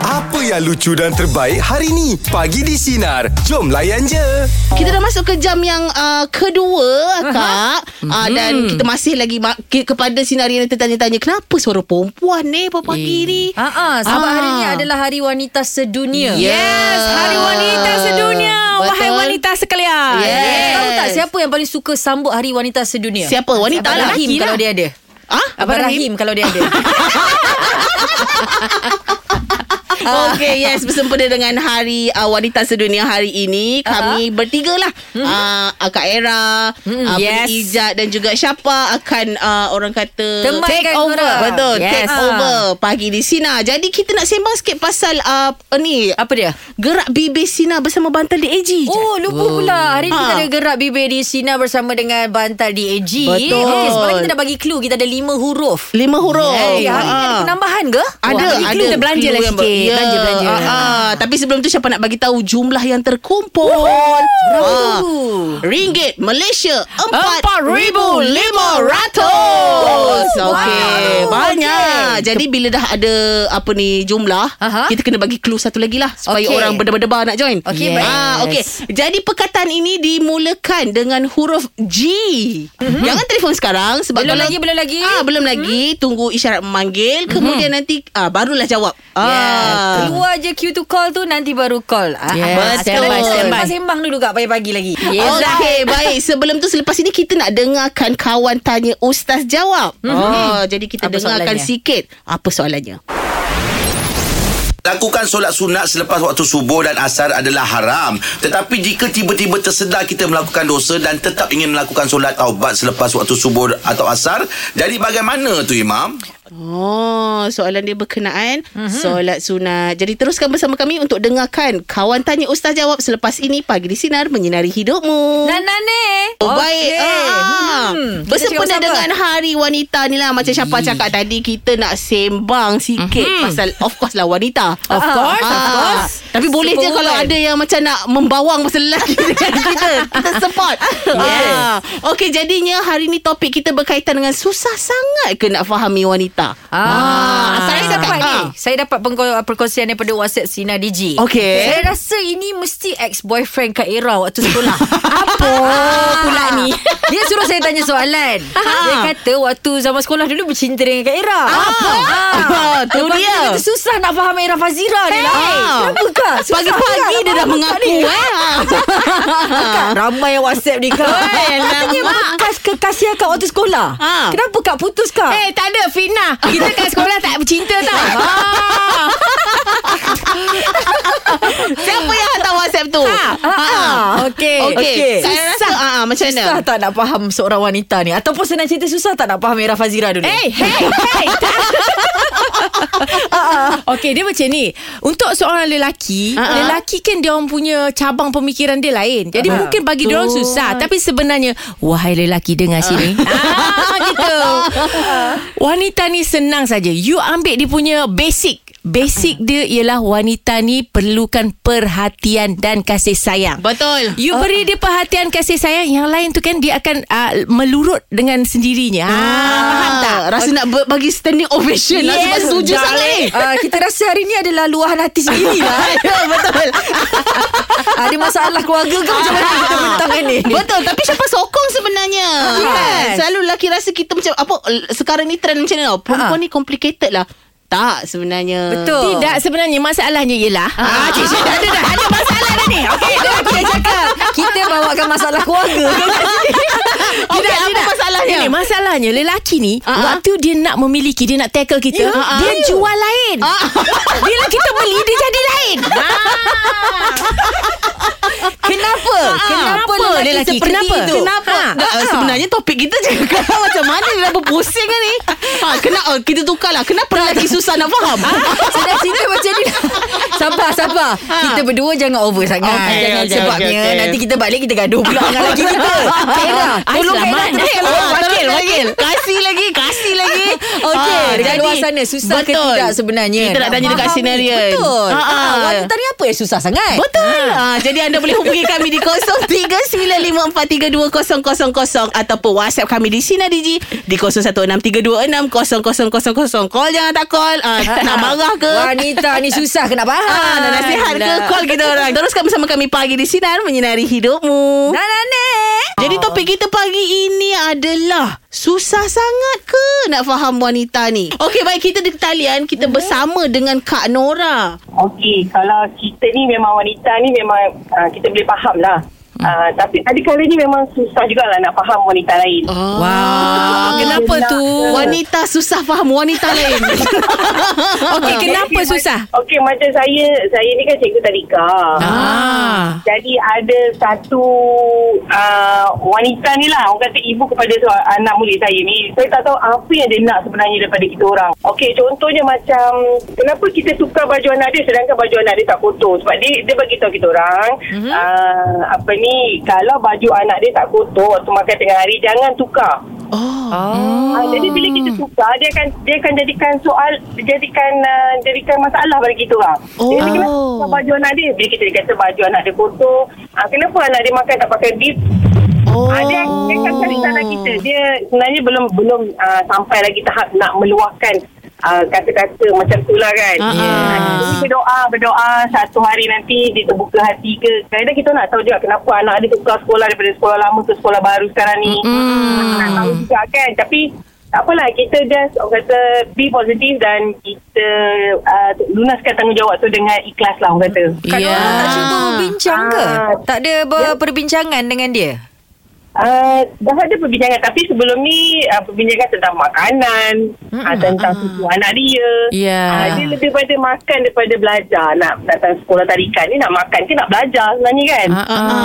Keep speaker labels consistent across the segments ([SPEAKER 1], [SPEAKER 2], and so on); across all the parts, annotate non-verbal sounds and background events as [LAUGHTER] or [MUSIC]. [SPEAKER 1] Apa yang lucu dan terbaik hari ni? Pagi di Sinar. Jom layan je.
[SPEAKER 2] Kita dah masuk ke jam yang uh, kedua, Kak.
[SPEAKER 3] Mhm.
[SPEAKER 2] Uh, dan kita masih lagi ma- ke- kepada sinari yang tertanya-tanya, kenapa suara perempuan ni pada pagi ni?
[SPEAKER 3] Ah, ah, sebab
[SPEAKER 2] Ah.
[SPEAKER 3] hari ni adalah Hari Wanita Sedunia.
[SPEAKER 4] Yes, Hari Wanita Sedunia.
[SPEAKER 2] Betul.
[SPEAKER 4] Wahai wanita sekalian.
[SPEAKER 2] Yes.
[SPEAKER 3] Eh, Tahu tak siapa yang paling suka sambut Hari Wanita Sedunia?
[SPEAKER 2] Siapa? Wanita
[SPEAKER 3] Abang
[SPEAKER 2] lah.
[SPEAKER 3] Rahim
[SPEAKER 4] Lelaki
[SPEAKER 3] kalau
[SPEAKER 4] lah.
[SPEAKER 3] dia ada.
[SPEAKER 2] Ah?
[SPEAKER 3] Abang Rahim kalau dia
[SPEAKER 2] [LAUGHS]
[SPEAKER 3] ada. Ah.
[SPEAKER 2] Okey, yes. Bersempena dengan Hari uh, Wanita Sedunia hari ini,
[SPEAKER 3] Ah.
[SPEAKER 2] kami bertiga lah.
[SPEAKER 3] Hmm.
[SPEAKER 2] Uh, Kak Era, uh,
[SPEAKER 4] yes.
[SPEAKER 2] yes. Ijat dan juga Syapa akan uh, orang kata
[SPEAKER 3] Temankan
[SPEAKER 2] take over.
[SPEAKER 3] korang.
[SPEAKER 2] Betul,
[SPEAKER 3] Yes.
[SPEAKER 2] take
[SPEAKER 3] Ah.
[SPEAKER 2] over pagi di Sina. Jadi kita nak sembang sikit pasal uh, ni,
[SPEAKER 3] Apa dia?
[SPEAKER 2] gerak bibir Sina bersama Bantal di AG.
[SPEAKER 3] Oh, lupa pula. Hari ni kita
[SPEAKER 2] Ah.
[SPEAKER 3] ada gerak bibir di Sina bersama dengan Bantal DAG.
[SPEAKER 2] Betul.
[SPEAKER 3] Okey, sebab kita dah bagi clue. Kita ada lima huruf.
[SPEAKER 2] Lima huruf.
[SPEAKER 3] Eh, hari ni
[SPEAKER 2] Ah.
[SPEAKER 3] ada penambahan ke?
[SPEAKER 2] Ada,
[SPEAKER 3] Wah, bagi
[SPEAKER 2] ada.
[SPEAKER 3] clue.
[SPEAKER 4] Kita belanja lah
[SPEAKER 2] Clue yang ber-
[SPEAKER 4] sikit.
[SPEAKER 2] Ya.
[SPEAKER 4] Belanja, belanja.
[SPEAKER 2] Ah, ah. Tapi sebelum tu siapa nak bagi tahu jumlah yang terkumpul? Berapa
[SPEAKER 3] tu?
[SPEAKER 2] Ringgit Malaysia
[SPEAKER 4] Empat ribu lima
[SPEAKER 2] 4,500.
[SPEAKER 3] Wow.
[SPEAKER 2] Okey,
[SPEAKER 3] Wow.
[SPEAKER 2] banyak. Jadi bila dah ada apa ni jumlah,
[SPEAKER 3] Aha.
[SPEAKER 2] kita kena bagi clue satu lagi lah supaya
[SPEAKER 3] Okey.
[SPEAKER 2] orang berdebar-debar nak join.
[SPEAKER 3] Okey,
[SPEAKER 2] Yes.
[SPEAKER 3] baik.
[SPEAKER 2] Ah, okey. Jadi perkataan ini dimulakan dengan huruf G. Jangan telefon sekarang sebab
[SPEAKER 3] Mhm. Belum
[SPEAKER 2] kalau-
[SPEAKER 3] lagi, belum lagi.
[SPEAKER 2] Ah, belum lagi. Tunggu isyarat memanggil, kemudian nanti ah barulah jawab. Ah.
[SPEAKER 3] Yeah. Hmm. Keluar je queue to call tu nanti baru call. Ah,
[SPEAKER 4] Yes,
[SPEAKER 3] ah,
[SPEAKER 4] standby,
[SPEAKER 3] betul.
[SPEAKER 4] standby.
[SPEAKER 3] Sembang dulu kat pagi-pagi lagi.
[SPEAKER 2] Yes, okay, [LAUGHS] baik. Sebelum tu selepas ini kita nak dengarkan kawan tanya ustaz jawab. Mm-hmm. Oh, jadi kita
[SPEAKER 3] Hmm. Apa
[SPEAKER 2] dengarkan
[SPEAKER 3] soalannya?
[SPEAKER 2] sikit apa soalannya.
[SPEAKER 5] Lakukan solat sunat selepas waktu subuh dan asar adalah haram. Tetapi jika tiba-tiba tersedar kita melakukan dosa dan tetap ingin melakukan solat taubat selepas waktu subuh atau asar, jadi bagaimana tu Imam?
[SPEAKER 2] Oh, soalan dia berkenaan
[SPEAKER 3] Hmm.
[SPEAKER 2] mm-hmm. solat sunat. Jadi teruskan bersama kami untuk dengarkan kawan tanya ustaz jawab selepas ini pagi di sinar menyinari hidupmu.
[SPEAKER 3] Dan Nane.
[SPEAKER 2] Oh, baik. Ah,
[SPEAKER 3] eh? Hmm.
[SPEAKER 2] hmm.
[SPEAKER 3] Kita
[SPEAKER 2] Bersempena
[SPEAKER 3] cakap pasal
[SPEAKER 2] dengan Hari Wanita ni lah. Macam Syafah cakap tadi, kita nak sembang sikit mm-hmm. pasal of course lah wanita. ah.
[SPEAKER 3] Of course, of course.
[SPEAKER 2] Tapi boleh je
[SPEAKER 3] Superwoman.
[SPEAKER 2] kalau ada yang macam nak membawang pasal lelaki [LAUGHS] dengan kita. Kita support.
[SPEAKER 3] Yes.
[SPEAKER 2] Ah. Okey, jadinya hari ni topik kita berkaitan dengan susah sangat ke nak fahami wanita.
[SPEAKER 3] Ah, saya
[SPEAKER 2] saya
[SPEAKER 3] dapat
[SPEAKER 2] cakap,
[SPEAKER 3] ni.
[SPEAKER 2] ah.
[SPEAKER 3] Saya dapat pengko- perkongsian daripada WhatsApp Sina DG.
[SPEAKER 2] Okey.
[SPEAKER 3] Saya rasa ini mesti ex-boyfriend Kak Ira waktu
[SPEAKER 2] [LAUGHS]
[SPEAKER 3] sekolah. Apa
[SPEAKER 4] pula ni?
[SPEAKER 3] [LAUGHS] Dia suruh saya tanya soalan.
[SPEAKER 2] Ah.
[SPEAKER 3] Dia kata waktu zaman sekolah dulu bercinta dengan Kak Ira. Apa?
[SPEAKER 2] Ah, tu dia.
[SPEAKER 3] Dia kata susah nak faham Ira Fazira ni lah.
[SPEAKER 2] Hey. Ah.
[SPEAKER 3] Kenapa Kak? Susah lah,
[SPEAKER 2] Pagi-pagi
[SPEAKER 3] pula
[SPEAKER 2] dia
[SPEAKER 3] nak
[SPEAKER 2] dah
[SPEAKER 3] faham Kak
[SPEAKER 2] mengaku
[SPEAKER 3] ni.
[SPEAKER 2] eh.
[SPEAKER 3] Kak, ramai yang WhatsApp ni Kak. Katanya bekas kekasih Kak waktu sekolah.
[SPEAKER 2] Ah.
[SPEAKER 3] Kenapa Kak putus Kak?
[SPEAKER 4] Eh, tak ada fitnah. Kita kat sekolah tak bercinta tau.
[SPEAKER 2] [LAUGHS]
[SPEAKER 4] Ah.
[SPEAKER 2] Siapa yang hantar WhatsApp tu? Ha.
[SPEAKER 3] Ah, okey.
[SPEAKER 2] Okey.
[SPEAKER 3] Okey.
[SPEAKER 2] Saya rasa ah, ah, macam mana?
[SPEAKER 3] Susah tak nak faham seorang wanita ni Ataupun senang cerita susah tak nak faham Ira Fazira dulu
[SPEAKER 4] Hey, hey, hey. [LAUGHS] Okey, dia macam ni. Untuk seorang lelaki,
[SPEAKER 2] Ah, ah.
[SPEAKER 4] lelaki kan dia orang punya cabang pemikiran dia lain. Jadi mungkin bagi dia orang susah, tapi sebenarnya wahai lelaki dengar [LAUGHS] sini. ah, gitu. Wanita ni senang saja. You ambil dia punya basic. Basic dia ialah wanita ni perlukan perhatian dan kasih sayang.
[SPEAKER 2] Betul.
[SPEAKER 4] You beri dia perhatian kasih sayang Yang lain tu kan Dia akan uh, melurut dengan sendirinya ah, Faham tak?
[SPEAKER 2] Rasa nak ber- bagi standing ovation yes, lah sebab setuju sangat [LAUGHS] ni. Ya,
[SPEAKER 3] uh, Kita rasa hari ni adalah luahan hati sendiri
[SPEAKER 2] [LAUGHS]
[SPEAKER 3] lah Betul Ada masalah keluarga ke macam mana kita bentangkan ni
[SPEAKER 2] Ah, Betul Tapi siapa sokong sebenarnya kan?
[SPEAKER 3] Yes.
[SPEAKER 2] Selalu lelaki rasa kita macam Apa Sekarang ni trend macam ni tau Perempuan ni complicated lah Tak sebenarnya
[SPEAKER 3] Betul.
[SPEAKER 4] Tidak sebenarnya Masalahnya ialah ah, cik, cik, Ada dah Ada masalah dah ni Okey
[SPEAKER 3] Dah kita cakap Kita bawakan masalah keluarga
[SPEAKER 2] Okey apa masalahnya
[SPEAKER 4] Ini masalahnya lelaki ni
[SPEAKER 2] Ah, ah.
[SPEAKER 4] waktu dia nak memiliki dia nak tackle kita
[SPEAKER 2] Ya, ah,
[SPEAKER 4] dia
[SPEAKER 2] ah.
[SPEAKER 4] jual lain.
[SPEAKER 2] Ah.
[SPEAKER 4] [LAUGHS] Bila kita beli dia jadi lain.
[SPEAKER 3] Kenapa?
[SPEAKER 2] Ah,
[SPEAKER 3] Ah, Kenapa
[SPEAKER 4] Kenapa
[SPEAKER 3] lelaki,
[SPEAKER 4] lelaki?
[SPEAKER 3] seperti
[SPEAKER 4] Kenapa?
[SPEAKER 3] itu?
[SPEAKER 2] Kenapa? Dah, eh,
[SPEAKER 3] Ha.
[SPEAKER 2] sebenarnya topik kita [LAUGHS] je Kalau macam mana dia dah berpusing kan ni ha, kena, oh, Kita tukarlah Kenapa lelaki susah nak faham
[SPEAKER 3] Sedang cerita macam ni lah. sabar, sabar. Kita berdua jangan over sangat.
[SPEAKER 4] Okey,
[SPEAKER 3] jangan
[SPEAKER 4] okey,
[SPEAKER 3] sebabnya
[SPEAKER 4] okey, okey.
[SPEAKER 3] nanti kita balik kita gaduh pula dengan lelaki kita. Kaila, tolong Kaila
[SPEAKER 2] Ah,
[SPEAKER 3] teruskan.
[SPEAKER 4] Wakil, wakil. Kasih lagi, kasih lagi.
[SPEAKER 3] Okey,
[SPEAKER 4] Ah,
[SPEAKER 3] dekat
[SPEAKER 4] jadi,
[SPEAKER 3] luar sana susah ke
[SPEAKER 4] betul.
[SPEAKER 3] tidak sebenarnya?
[SPEAKER 2] Kita nak tanya dekat
[SPEAKER 3] fahami.
[SPEAKER 2] Sinarian.
[SPEAKER 3] Betul.
[SPEAKER 2] Ha,
[SPEAKER 3] Ha,
[SPEAKER 2] ha.
[SPEAKER 3] wanita ni apa yang susah sangat?
[SPEAKER 2] Betul. Ha. jadi anda boleh hubungi kami di 0395432000 ataupun WhatsApp kami di Sina Digi di 0163260000. Call jangan tak call. Ah,
[SPEAKER 3] Ha,
[SPEAKER 2] nak
[SPEAKER 3] ha.
[SPEAKER 2] marah ke?
[SPEAKER 3] Wanita ni susah kena faham.
[SPEAKER 2] Ah, nak nasihat ke?
[SPEAKER 3] Lah.
[SPEAKER 2] Call kita orang. Teruskan bersama kami pagi di Sinar menyinari hidupmu.
[SPEAKER 3] Nah, nah, nah.
[SPEAKER 2] Jadi topik kita pagi ini adalah susah sangat ke nak faham wanita ni? Okey baik kita di talian kita bersama dengan Kak Nora.
[SPEAKER 6] Okey, kalau kita ni memang wanita ni memang uh, kita boleh faham lah. Uh, tapi ada kali ni memang susah jugalah nak faham wanita lain. Oh.
[SPEAKER 4] Wah, Ah, kenapa tu?
[SPEAKER 2] Ah, Wanita susah faham wanita lain.
[SPEAKER 4] Okey, kenapa susah?
[SPEAKER 6] Okey, macam saya, saya ni kan cikgu tadika.
[SPEAKER 4] Ah.
[SPEAKER 6] Jadi ada satu uh, wanita ni lah, orang kata ibu kepada tu, anak murid saya ni. Saya tak tahu apa yang dia nak sebenarnya daripada kita orang. Okey, contohnya macam kenapa kita tukar baju anak dia sedangkan baju anak dia tak kotor. Sebab dia dia bagi tahu kita orang
[SPEAKER 4] Mhm.
[SPEAKER 6] mm-hmm. uh, apa ni kalau baju anak dia tak kotor waktu makan tengah hari jangan tukar.
[SPEAKER 4] Oh.
[SPEAKER 6] Ah, jadi bila kita tukar dia akan dia akan jadikan soal jadikan uh, jadikan masalah bagi kita orang. Oh. Jadi kenapa kita tukar baju anak dia bila kita kata baju anak dia kotor, ah, kenapa anak dia makan tak pakai bib? Oh. Ah, dia, dia akan cari salah kita. Dia sebenarnya belum belum ah, sampai lagi tahap nak meluahkan ah, kata-kata macam tu lah kan.
[SPEAKER 2] Ah, ah.
[SPEAKER 6] Ah, jadi berdoa, berdoa satu hari nanti dia terbuka hati ke. Kadang-kadang kita nak tahu juga kenapa anak dia tukar sekolah daripada sekolah lama ke sekolah baru sekarang ni. Mm. Nak tahu juga kan. Tapi tak apalah kita just orang kata be positive dan kita uh, lunaskan tanggungjawab tu dengan ikhlas lah orang kata.
[SPEAKER 3] Kak
[SPEAKER 4] Ya.
[SPEAKER 3] Nora tak cuba berbincang ke?
[SPEAKER 6] Ah.
[SPEAKER 3] Tak ada berperbincangan dengan dia?
[SPEAKER 6] Uh, dah ada perbincangan tapi sebelum ni uh, perbincangan tentang makanan mm, uh, tentang susu anak dia
[SPEAKER 4] Hmm. Ah. Ya.
[SPEAKER 6] uh, dia lebih pada makan daripada belajar nak datang sekolah tarikan ni nak makan ke nak belajar sebenarnya kan
[SPEAKER 4] Ah, ah, ah.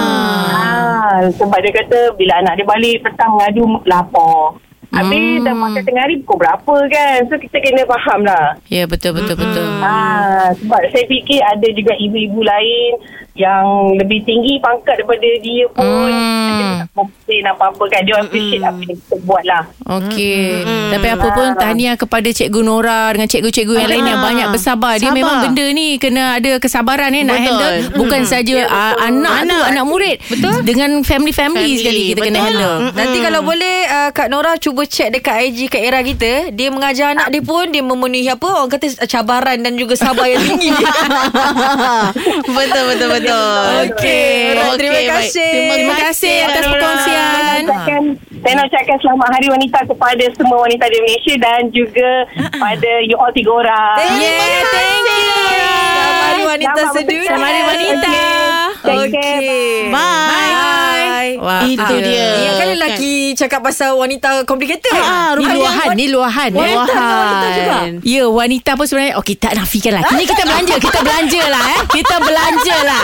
[SPEAKER 6] Ah, sebab dia kata bila anak dia balik petang mengadu lapar. Habis hmm. dah makan tengah hari pukul berapa kan. So kita kena faham lah.
[SPEAKER 4] Ya, betul betul betul.
[SPEAKER 6] Ah, sebab saya fikir ada juga ibu-ibu lain yang lebih tinggi pangkat daripada dia pun.
[SPEAKER 4] Hmm.
[SPEAKER 6] Dia tak komplain apa-apa kan. Dia appreciate apa yang kita buat lah.
[SPEAKER 4] Hmm.
[SPEAKER 2] Mm-hmm.
[SPEAKER 4] Okey. Tapi apa pun tahniah kepada Cikgu Nora dengan cikgu-cikgu yang lain yang banyak bersabar.
[SPEAKER 2] Sabar.
[SPEAKER 4] Dia memang benda ni kena ada kesabaran eh
[SPEAKER 2] Betul.
[SPEAKER 4] nak
[SPEAKER 2] Mm-hmm.
[SPEAKER 4] handle bukan saja ah, anak tu
[SPEAKER 2] Anak.
[SPEAKER 4] anak murid. Betul. Dengan
[SPEAKER 2] Family,
[SPEAKER 4] family-family sekali kita kena
[SPEAKER 2] betul. Mm-hmm.
[SPEAKER 4] handle.
[SPEAKER 3] Nanti kalau boleh uh, Kak Nora cuba check dekat IG Kak Era kita Dia mengajar anak dia pun Dia memenuhi apa Orang kata uh, cabaran dan juga sabar yang tinggi
[SPEAKER 2] [LAUGHS] betul betul betul.
[SPEAKER 3] Okey.
[SPEAKER 2] Okey,
[SPEAKER 3] Terima
[SPEAKER 2] baik.
[SPEAKER 3] kasih.
[SPEAKER 2] Terima kasih atas perkongsian.
[SPEAKER 6] Saya nak ucapkan, saya nak ucapkan selamat hari wanita kepada semua wanita di Malaysia dan juga pada you all tiga orang.
[SPEAKER 3] Yeah thank you Selamat hari wanita
[SPEAKER 6] Selamat
[SPEAKER 3] sedunia
[SPEAKER 6] Selamat Hari Wanita.
[SPEAKER 3] Okey.
[SPEAKER 6] Take care.
[SPEAKER 3] Bye.
[SPEAKER 2] Bye.
[SPEAKER 4] Wah,
[SPEAKER 2] Itu
[SPEAKER 4] ah.
[SPEAKER 2] dia.
[SPEAKER 3] Ya kan lelaki cakap pasal wanita complicated
[SPEAKER 2] Ah,
[SPEAKER 4] Ni
[SPEAKER 2] Rupakan
[SPEAKER 4] luahan, ni luahan.
[SPEAKER 3] wanita
[SPEAKER 4] luahan.
[SPEAKER 3] dengan wanita juga.
[SPEAKER 4] Ya, wanita pun sebenarnya okey tak nafikan lah. Ini kita belanja, kita belanja lah eh. Kita belanja lah.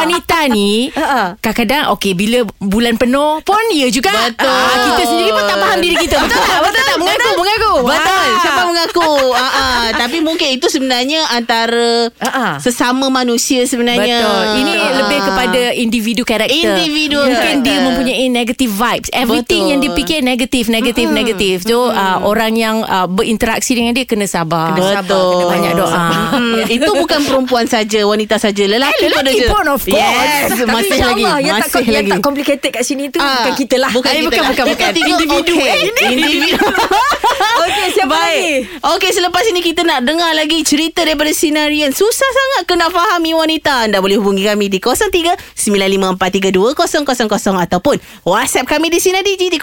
[SPEAKER 4] Wanita ni
[SPEAKER 3] Ha.
[SPEAKER 4] kadang-kadang okey bila bulan penuh pun ya juga.
[SPEAKER 2] Betul.
[SPEAKER 4] Ah, kita sendiri pun tak faham diri kita. Betul tak? Betul tak? Mengaku, mengaku.
[SPEAKER 2] Betul
[SPEAKER 4] Ah.
[SPEAKER 2] Siapa
[SPEAKER 4] [LAUGHS]
[SPEAKER 2] mengaku Ah, ah. Tapi mungkin itu sebenarnya Antara
[SPEAKER 3] Ah, ah.
[SPEAKER 2] Sesama manusia sebenarnya
[SPEAKER 4] Betul. Ini
[SPEAKER 2] Ah,
[SPEAKER 4] lebih
[SPEAKER 2] ah.
[SPEAKER 4] kepada individu karakter.
[SPEAKER 2] Individu
[SPEAKER 4] Mungkin
[SPEAKER 2] karakter.
[SPEAKER 4] dia mempunyai negative vibes. Everything
[SPEAKER 2] Betul.
[SPEAKER 4] yang dia fikir negatif, negatif, mm. negatif. So uh, orang yang uh, berinteraksi dengan dia kena sabar.
[SPEAKER 2] Betul
[SPEAKER 4] Kena banyak doa. [LAUGHS]
[SPEAKER 2] Hmm, Itu bukan perempuan saja Wanita saja Lelaki,
[SPEAKER 4] Eh, lelaki
[SPEAKER 2] ada.
[SPEAKER 4] pun, of course. ya.
[SPEAKER 2] Yes
[SPEAKER 3] Tapi
[SPEAKER 2] Masih lagi
[SPEAKER 3] insyaAllah yang, tak,
[SPEAKER 2] Masih
[SPEAKER 3] yang
[SPEAKER 2] lagi
[SPEAKER 3] tak complicated kat sini tu
[SPEAKER 2] Ah,
[SPEAKER 3] Bukan kita lah
[SPEAKER 2] Bukan
[SPEAKER 3] Eh,
[SPEAKER 2] kita
[SPEAKER 3] bukan,
[SPEAKER 2] lah.
[SPEAKER 3] bukan,
[SPEAKER 2] Kita
[SPEAKER 3] bukan.
[SPEAKER 2] tiga,
[SPEAKER 3] Individu
[SPEAKER 2] okay.
[SPEAKER 3] eh.
[SPEAKER 2] Individu
[SPEAKER 3] [LAUGHS] Okey siapa lagi
[SPEAKER 2] Okey selepas ini kita nak dengar lagi cerita daripada Sinarian. Susah sangat kena fahami wanita. Anda boleh hubungi kami di 03 95432000 ataupun WhatsApp kami di Sinar Digi di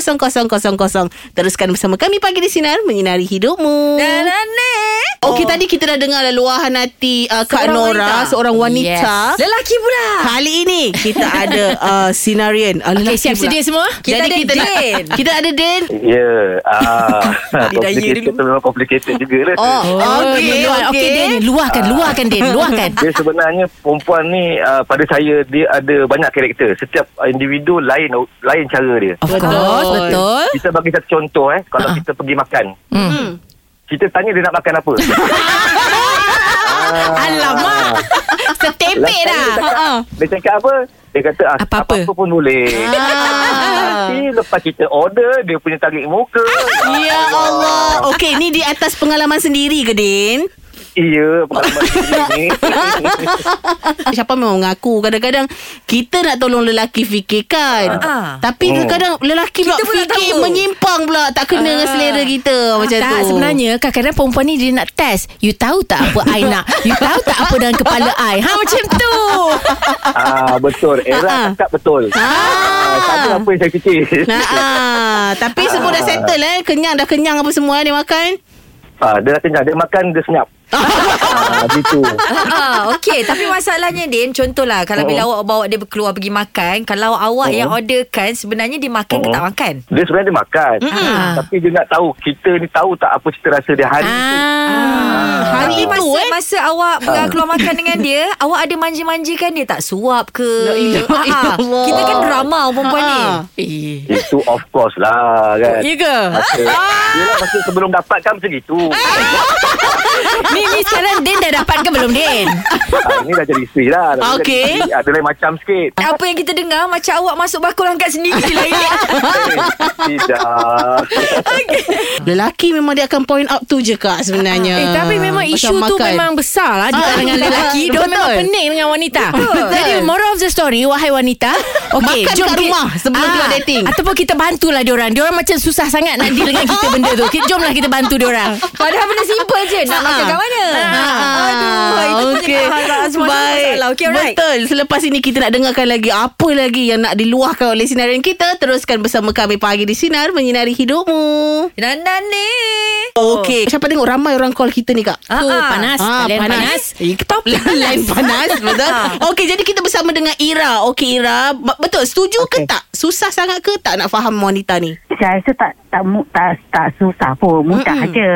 [SPEAKER 2] 0163260000. Teruskan bersama kami pagi di Sinar menyinari hidupmu.
[SPEAKER 3] Dalam
[SPEAKER 2] Okey tadi kita dah dengar lah luahan hati uh, Oh, Kak
[SPEAKER 3] Seorang
[SPEAKER 2] Nora
[SPEAKER 3] Oh, wanita.
[SPEAKER 2] seorang wanita.
[SPEAKER 4] Yes.
[SPEAKER 3] Lelaki pula
[SPEAKER 2] Kali ini kita ada uh, Sinarian. Uh,
[SPEAKER 4] Okay,
[SPEAKER 2] lelaki
[SPEAKER 4] siap
[SPEAKER 2] pula.
[SPEAKER 4] sedia semua?
[SPEAKER 3] Kita ada
[SPEAKER 2] kita nak-
[SPEAKER 3] Din.
[SPEAKER 2] kita ada Din.
[SPEAKER 7] Ya ah,
[SPEAKER 3] Didaya
[SPEAKER 7] Complicated
[SPEAKER 3] dulu.
[SPEAKER 7] tu memang complicated lah. jugalah
[SPEAKER 2] Oh, okey,
[SPEAKER 4] Okey,
[SPEAKER 2] okey.
[SPEAKER 4] okay, Din. Luahkan, luahkan, Din.
[SPEAKER 2] [LAUGHS]
[SPEAKER 4] Luahkan.
[SPEAKER 7] Dia sebenarnya perempuan ni uh, pada saya dia ada banyak karakter. Setiap individu lain lain cara dia.
[SPEAKER 4] Of course, betul.
[SPEAKER 7] Kita bagi satu contoh eh kalau kita pergi makan.
[SPEAKER 4] Hmm.
[SPEAKER 7] Kita tanya dia nak makan apa. Ah,
[SPEAKER 4] Alamak. [LAUGHS] Setepek
[SPEAKER 7] Last time
[SPEAKER 4] dah.
[SPEAKER 7] Dia cakap,
[SPEAKER 4] Ha.
[SPEAKER 7] dia cakap apa? Dia kata ah,
[SPEAKER 4] Apa-apa.
[SPEAKER 7] apa-apa. apa pun boleh. [LAUGHS] Nanti lepas kita order, dia punya tarik muka.
[SPEAKER 2] Ya Allah. Okey, ni di atas pengalaman sendiri ke,
[SPEAKER 4] [LAUGHS]
[SPEAKER 2] Din?
[SPEAKER 7] Iya, pengalaman sendiri ni.
[SPEAKER 2] Siapa memang mengaku Kadang-kadang Kita nak tolong lelaki fikirkan
[SPEAKER 3] Ah.
[SPEAKER 2] Tapi kadang-kadang Lelaki pula
[SPEAKER 3] Kita pun tak
[SPEAKER 2] fikir
[SPEAKER 3] tahu.
[SPEAKER 2] Menyimpang pula Tak kena dengan selera kita Oh, Macam
[SPEAKER 4] Ah. tak,
[SPEAKER 2] tu
[SPEAKER 4] sebenarnya kadang-kadang perempuan ni dia nak test. You tahu tak apa I nak? You tahu tak apa dalam kepala I? Ha macam tu.
[SPEAKER 2] [LAUGHS]
[SPEAKER 7] ah, betul. Era
[SPEAKER 2] Ah.
[SPEAKER 7] cakap betul. Ah, tak ada apa yang saya fikir.
[SPEAKER 2] Nah, ah. Tapi semua dah settle eh Kenyang dah kenyang apa semua eh, Dia makan
[SPEAKER 7] ah, dia dah kenyang. Dia makan, dia senyap. ah, gitu.
[SPEAKER 3] Ah, Okey, tapi masalahnya Din, contohlah kalau bila awak bawa dia keluar pergi makan, kalau awak yang orderkan sebenarnya dia makan ke tak makan?
[SPEAKER 7] Dia sebenarnya dia makan. Mm. Tapi dia nak tahu, kita ni tahu tak apa cita rasa dia hari tu.
[SPEAKER 4] Ah.
[SPEAKER 3] Hari
[SPEAKER 2] itu,
[SPEAKER 3] masa,
[SPEAKER 2] eh.
[SPEAKER 3] masa awak uh, keluar makan dengan dia, awak ada manja-manjakan dia tak suap ke?
[SPEAKER 2] Ya
[SPEAKER 3] Ah,
[SPEAKER 2] Allah.
[SPEAKER 3] kita kan drama perempuan ni.
[SPEAKER 2] Ah.
[SPEAKER 7] Itu of course lah kan.
[SPEAKER 4] Ya ke?
[SPEAKER 7] Masa, yelah, masa sebelum dapat kan macam gitu.
[SPEAKER 4] Ni ni sekarang Din dah dapat ke belum Din?
[SPEAKER 7] ah, ini dah jadi isteri lah. Dah jadi
[SPEAKER 2] Okey.
[SPEAKER 7] isteri, Ada lain macam sikit.
[SPEAKER 3] Apa yang kita dengar macam awak masuk bakul angkat sendiri je
[SPEAKER 2] [LAUGHS]
[SPEAKER 3] lah, lain.
[SPEAKER 7] Tidak.
[SPEAKER 2] Lelaki memang dia akan point out tu je kak sebenarnya
[SPEAKER 4] Eh, tapi memang
[SPEAKER 2] Pasal
[SPEAKER 4] isu tu
[SPEAKER 2] Ya. makan.
[SPEAKER 4] memang besar lah di
[SPEAKER 2] Ah,
[SPEAKER 4] kalangan lelaki. Dia
[SPEAKER 2] betul.
[SPEAKER 4] memang pening dengan wanita. Jadi moral of the story, wahai
[SPEAKER 2] [LAUGHS]
[SPEAKER 4] wanita, okay,
[SPEAKER 2] Makan kat
[SPEAKER 4] ki-
[SPEAKER 2] rumah sebelum keluar dating.
[SPEAKER 4] Ah, Ataupun kita bantulah diorang. Diorang macam susah sangat nak deal dengan kita benda tu. Ki- Jomlah kita bantu
[SPEAKER 2] [LAUGHS]
[SPEAKER 4] diorang.
[SPEAKER 3] Padahal benda simple je.
[SPEAKER 2] Ah.
[SPEAKER 3] Nak makan kat mana? Aduh, itu okay. pun tak harap semua
[SPEAKER 2] Baik.
[SPEAKER 3] masalah. Okay, alright.
[SPEAKER 2] Betul. Selepas ini kita nak dengarkan lagi apa lagi yang nak diluahkan oleh sinaran kita. Teruskan bersama kami pagi di Sinar Menyinari Hidupmu.
[SPEAKER 3] Nanan ni. Oh.
[SPEAKER 2] Okey. Siapa tengok ramai orang call kita ni
[SPEAKER 3] [LAUGHS]
[SPEAKER 2] kak?
[SPEAKER 3] Ah,
[SPEAKER 4] Tu
[SPEAKER 3] ah.
[SPEAKER 4] panas, kalian panas.
[SPEAKER 2] Eh, Topik
[SPEAKER 3] Lah,
[SPEAKER 2] lain panas Betul
[SPEAKER 3] Ah.
[SPEAKER 2] Okey jadi kita bersama dengan Ira Okey Ira ba- Betul setuju okay. ke tak Susah sangat ke tak Nak faham wanita ni
[SPEAKER 6] Saya rasa tak tak mu, tak, tak susah pun mudah mm aja.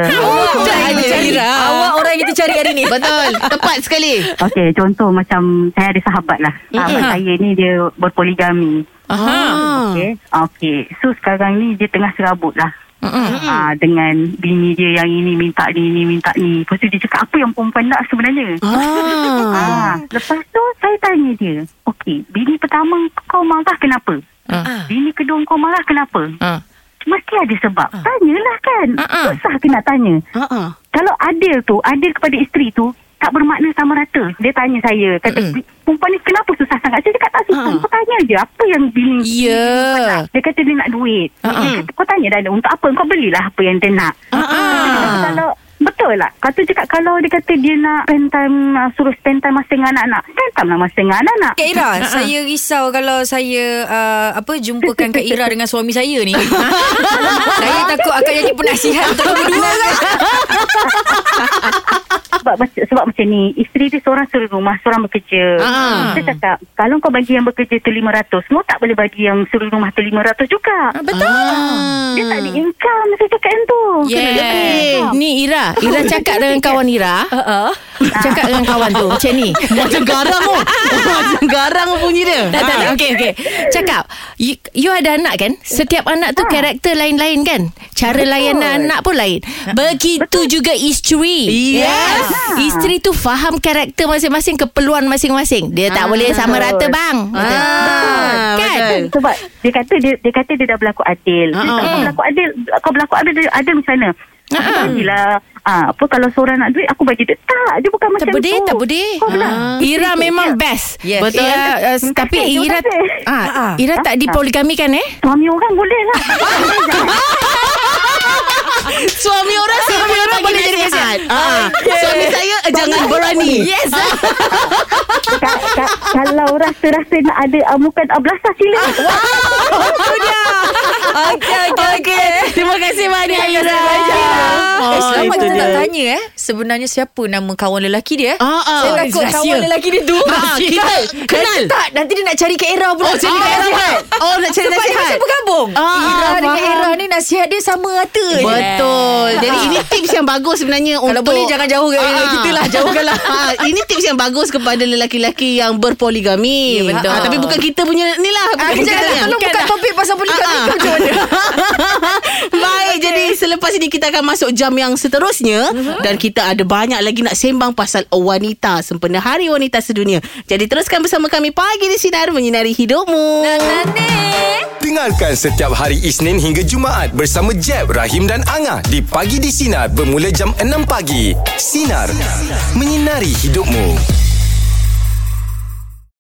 [SPEAKER 2] Mudah je, Ira.
[SPEAKER 3] Awak orang yang kita cari hari ni.
[SPEAKER 2] Eh, Betul Tepat sekali
[SPEAKER 6] Okey, contoh macam saya ada sahabat lah. Sahabat saya ni dia berpoligami.
[SPEAKER 2] Aha.
[SPEAKER 6] Okey. Ah. Okey. So sekarang ni dia tengah serabut lah. Ah, dengan bini dia yang ini minta ni ni minta ni. Lepas tu dia cakap apa yang perempuan nak sebenarnya.
[SPEAKER 2] Ah.
[SPEAKER 6] Ah, lepas tu saya tanya dia, "Okey, bini pertama kau marah kenapa?
[SPEAKER 4] Ah.
[SPEAKER 6] Bini kedua kau marah kenapa?"
[SPEAKER 4] Ah.
[SPEAKER 6] Mesti ada sebab. Tanyalah kan.
[SPEAKER 4] Ah-ah.
[SPEAKER 6] Susah ke nak tanya?
[SPEAKER 2] Ah. ah.
[SPEAKER 6] Kalau adil tu, adil kepada isteri tu, tak bermakna sama rata. Dia tanya saya, kata, mm perempuan ni kenapa susah sangat? Saya cakap tak susah.
[SPEAKER 2] Ha.
[SPEAKER 6] Kau tanya je, apa yang bini
[SPEAKER 4] Ya.
[SPEAKER 6] nak? Dia kata dia nak duit. Dia kata, kau tanya dah, untuk apa? Kau belilah apa yang dia nak. Kata, Kalau Betul lah. Kau tu cakap kalau dia kata dia nak spend time, uh, suruh spend time masa dengan anak-anak. Spend time lah masa dengan anak-anak.
[SPEAKER 3] [LAUGHS] Kak Ira, saya risau kalau saya uh, apa jumpakan Kak Ira dengan suami saya ni. saya takut akan jadi penasihat untuk berdua kan.
[SPEAKER 6] sebab mac- sebab macam ni isteri dia seorang suri rumah seorang bekerja
[SPEAKER 2] Ah.
[SPEAKER 6] saya cakap kalau kau bagi yang bekerja tu 500 mu tak boleh bagi yang suri rumah tu 500 juga
[SPEAKER 2] Ah,
[SPEAKER 4] Betul.
[SPEAKER 6] dia tak ada income saya cakap yang tu
[SPEAKER 2] Oh,
[SPEAKER 4] Yeah. Ni Ira Ira cakap dengan kawan Ira
[SPEAKER 3] Uh-uh.
[SPEAKER 4] Cakap dengan kawan tu Macam ni
[SPEAKER 2] Macam garang oh. Macam garang oh bunyi dia
[SPEAKER 4] Tak, tak, tak. Okay, okay. Cakap, you, you ada anak kan? Setiap anak tu karakter lain-lain kan? Cara layanan anak pun lain. Begitu juga isteri.
[SPEAKER 2] Yes.
[SPEAKER 4] Isteri tu faham karakter masing-masing, keperluan masing-masing. Dia tak boleh sama rata bang.
[SPEAKER 2] Ah,
[SPEAKER 4] Kan?
[SPEAKER 2] betul.
[SPEAKER 6] sebab dia kata dia, dia kata dia dah berlaku adil
[SPEAKER 2] Ah, ah.
[SPEAKER 6] uh kau berlaku adil kau berlaku adil dia adil macam mana Aku bagilah ah, Apa kalau seorang nak duit Aku bagi dia Tak dia bukan
[SPEAKER 4] Tak
[SPEAKER 6] macam
[SPEAKER 4] boleh,
[SPEAKER 6] tu
[SPEAKER 4] tak boleh.
[SPEAKER 6] Kau pula.
[SPEAKER 4] Ira memang best.
[SPEAKER 3] Yes.
[SPEAKER 4] Betul. Ira, uh,
[SPEAKER 6] Terima
[SPEAKER 4] tapi
[SPEAKER 6] kasih, terima
[SPEAKER 4] Ira
[SPEAKER 6] kasih.
[SPEAKER 4] ah, Ira tak dipoligamikan eh?
[SPEAKER 6] Suami orang boleh
[SPEAKER 4] [LAUGHS]
[SPEAKER 6] lah
[SPEAKER 2] Suami orang Suami orang
[SPEAKER 4] bagi
[SPEAKER 2] boleh jadi
[SPEAKER 4] nasihat.
[SPEAKER 2] nasihat Ah, Suami saya eh, Jangan berani
[SPEAKER 4] Yes.
[SPEAKER 6] Ka- ka- Kalau rasa-rasa nak ada Amukan ablasah sila
[SPEAKER 3] Okey, okey, okey.
[SPEAKER 4] Terima kasih banyak Ira.
[SPEAKER 3] Eh, selamat
[SPEAKER 2] itu
[SPEAKER 3] kita tak
[SPEAKER 2] dia.
[SPEAKER 3] tanya eh. Sebenarnya siapa nama kawan lelaki dia? eh?
[SPEAKER 2] Ah, ah.
[SPEAKER 3] Saya
[SPEAKER 2] Oh,
[SPEAKER 3] takut
[SPEAKER 4] rahsia.
[SPEAKER 3] kawan lelaki dia tu. [LAUGHS]
[SPEAKER 2] Ah, kita kenal.
[SPEAKER 3] Nanti tak, nanti dia nak cari Kak Ira pula.
[SPEAKER 2] Oh cari
[SPEAKER 3] Ah,
[SPEAKER 2] nasihat Oh nak cari
[SPEAKER 3] Sebab dia
[SPEAKER 2] nasihat
[SPEAKER 3] macam bergabung.
[SPEAKER 2] Ah,
[SPEAKER 3] Ira
[SPEAKER 2] ah,
[SPEAKER 3] dengan
[SPEAKER 2] faham.
[SPEAKER 3] Ira ni nasihat dia sama rata je.
[SPEAKER 2] Betul Jadi
[SPEAKER 3] Ah.
[SPEAKER 2] ini tips yang bagus sebenarnya
[SPEAKER 3] Kalau
[SPEAKER 2] untuk
[SPEAKER 3] boleh jangan jauh dengan
[SPEAKER 2] Ah,
[SPEAKER 3] kita lah.
[SPEAKER 2] ah.
[SPEAKER 3] Jauhkanlah.
[SPEAKER 2] [LAUGHS] Ah, Ini tips yang bagus kepada lelaki-lelaki yang berpoligami
[SPEAKER 3] Ya, betul.
[SPEAKER 2] Ah, Tapi bukan kita punya ni lah Ah,
[SPEAKER 3] Ah,
[SPEAKER 2] bukan lah. kita
[SPEAKER 3] janganlah
[SPEAKER 2] yang-
[SPEAKER 3] tolong buka topik pasal poligami
[SPEAKER 2] Ah, ah.
[SPEAKER 3] kau macam mana.
[SPEAKER 2] [LAUGHS] Baik, jadi selepas Selepas ini kita akan masuk jam yang seterusnya
[SPEAKER 3] Mhm.
[SPEAKER 2] dan kita ada banyak lagi nak sembang pasal wanita sempena Hari Wanita Sedunia. Jadi teruskan bersama kami pagi di sinar menyinari hidupmu.
[SPEAKER 1] Dengarkan setiap hari Isnin hingga Jumaat bersama Jeb, Rahim dan Angah di Pagi di Sinar bermula jam 6 pagi. Sinar. Menyinari hidupmu.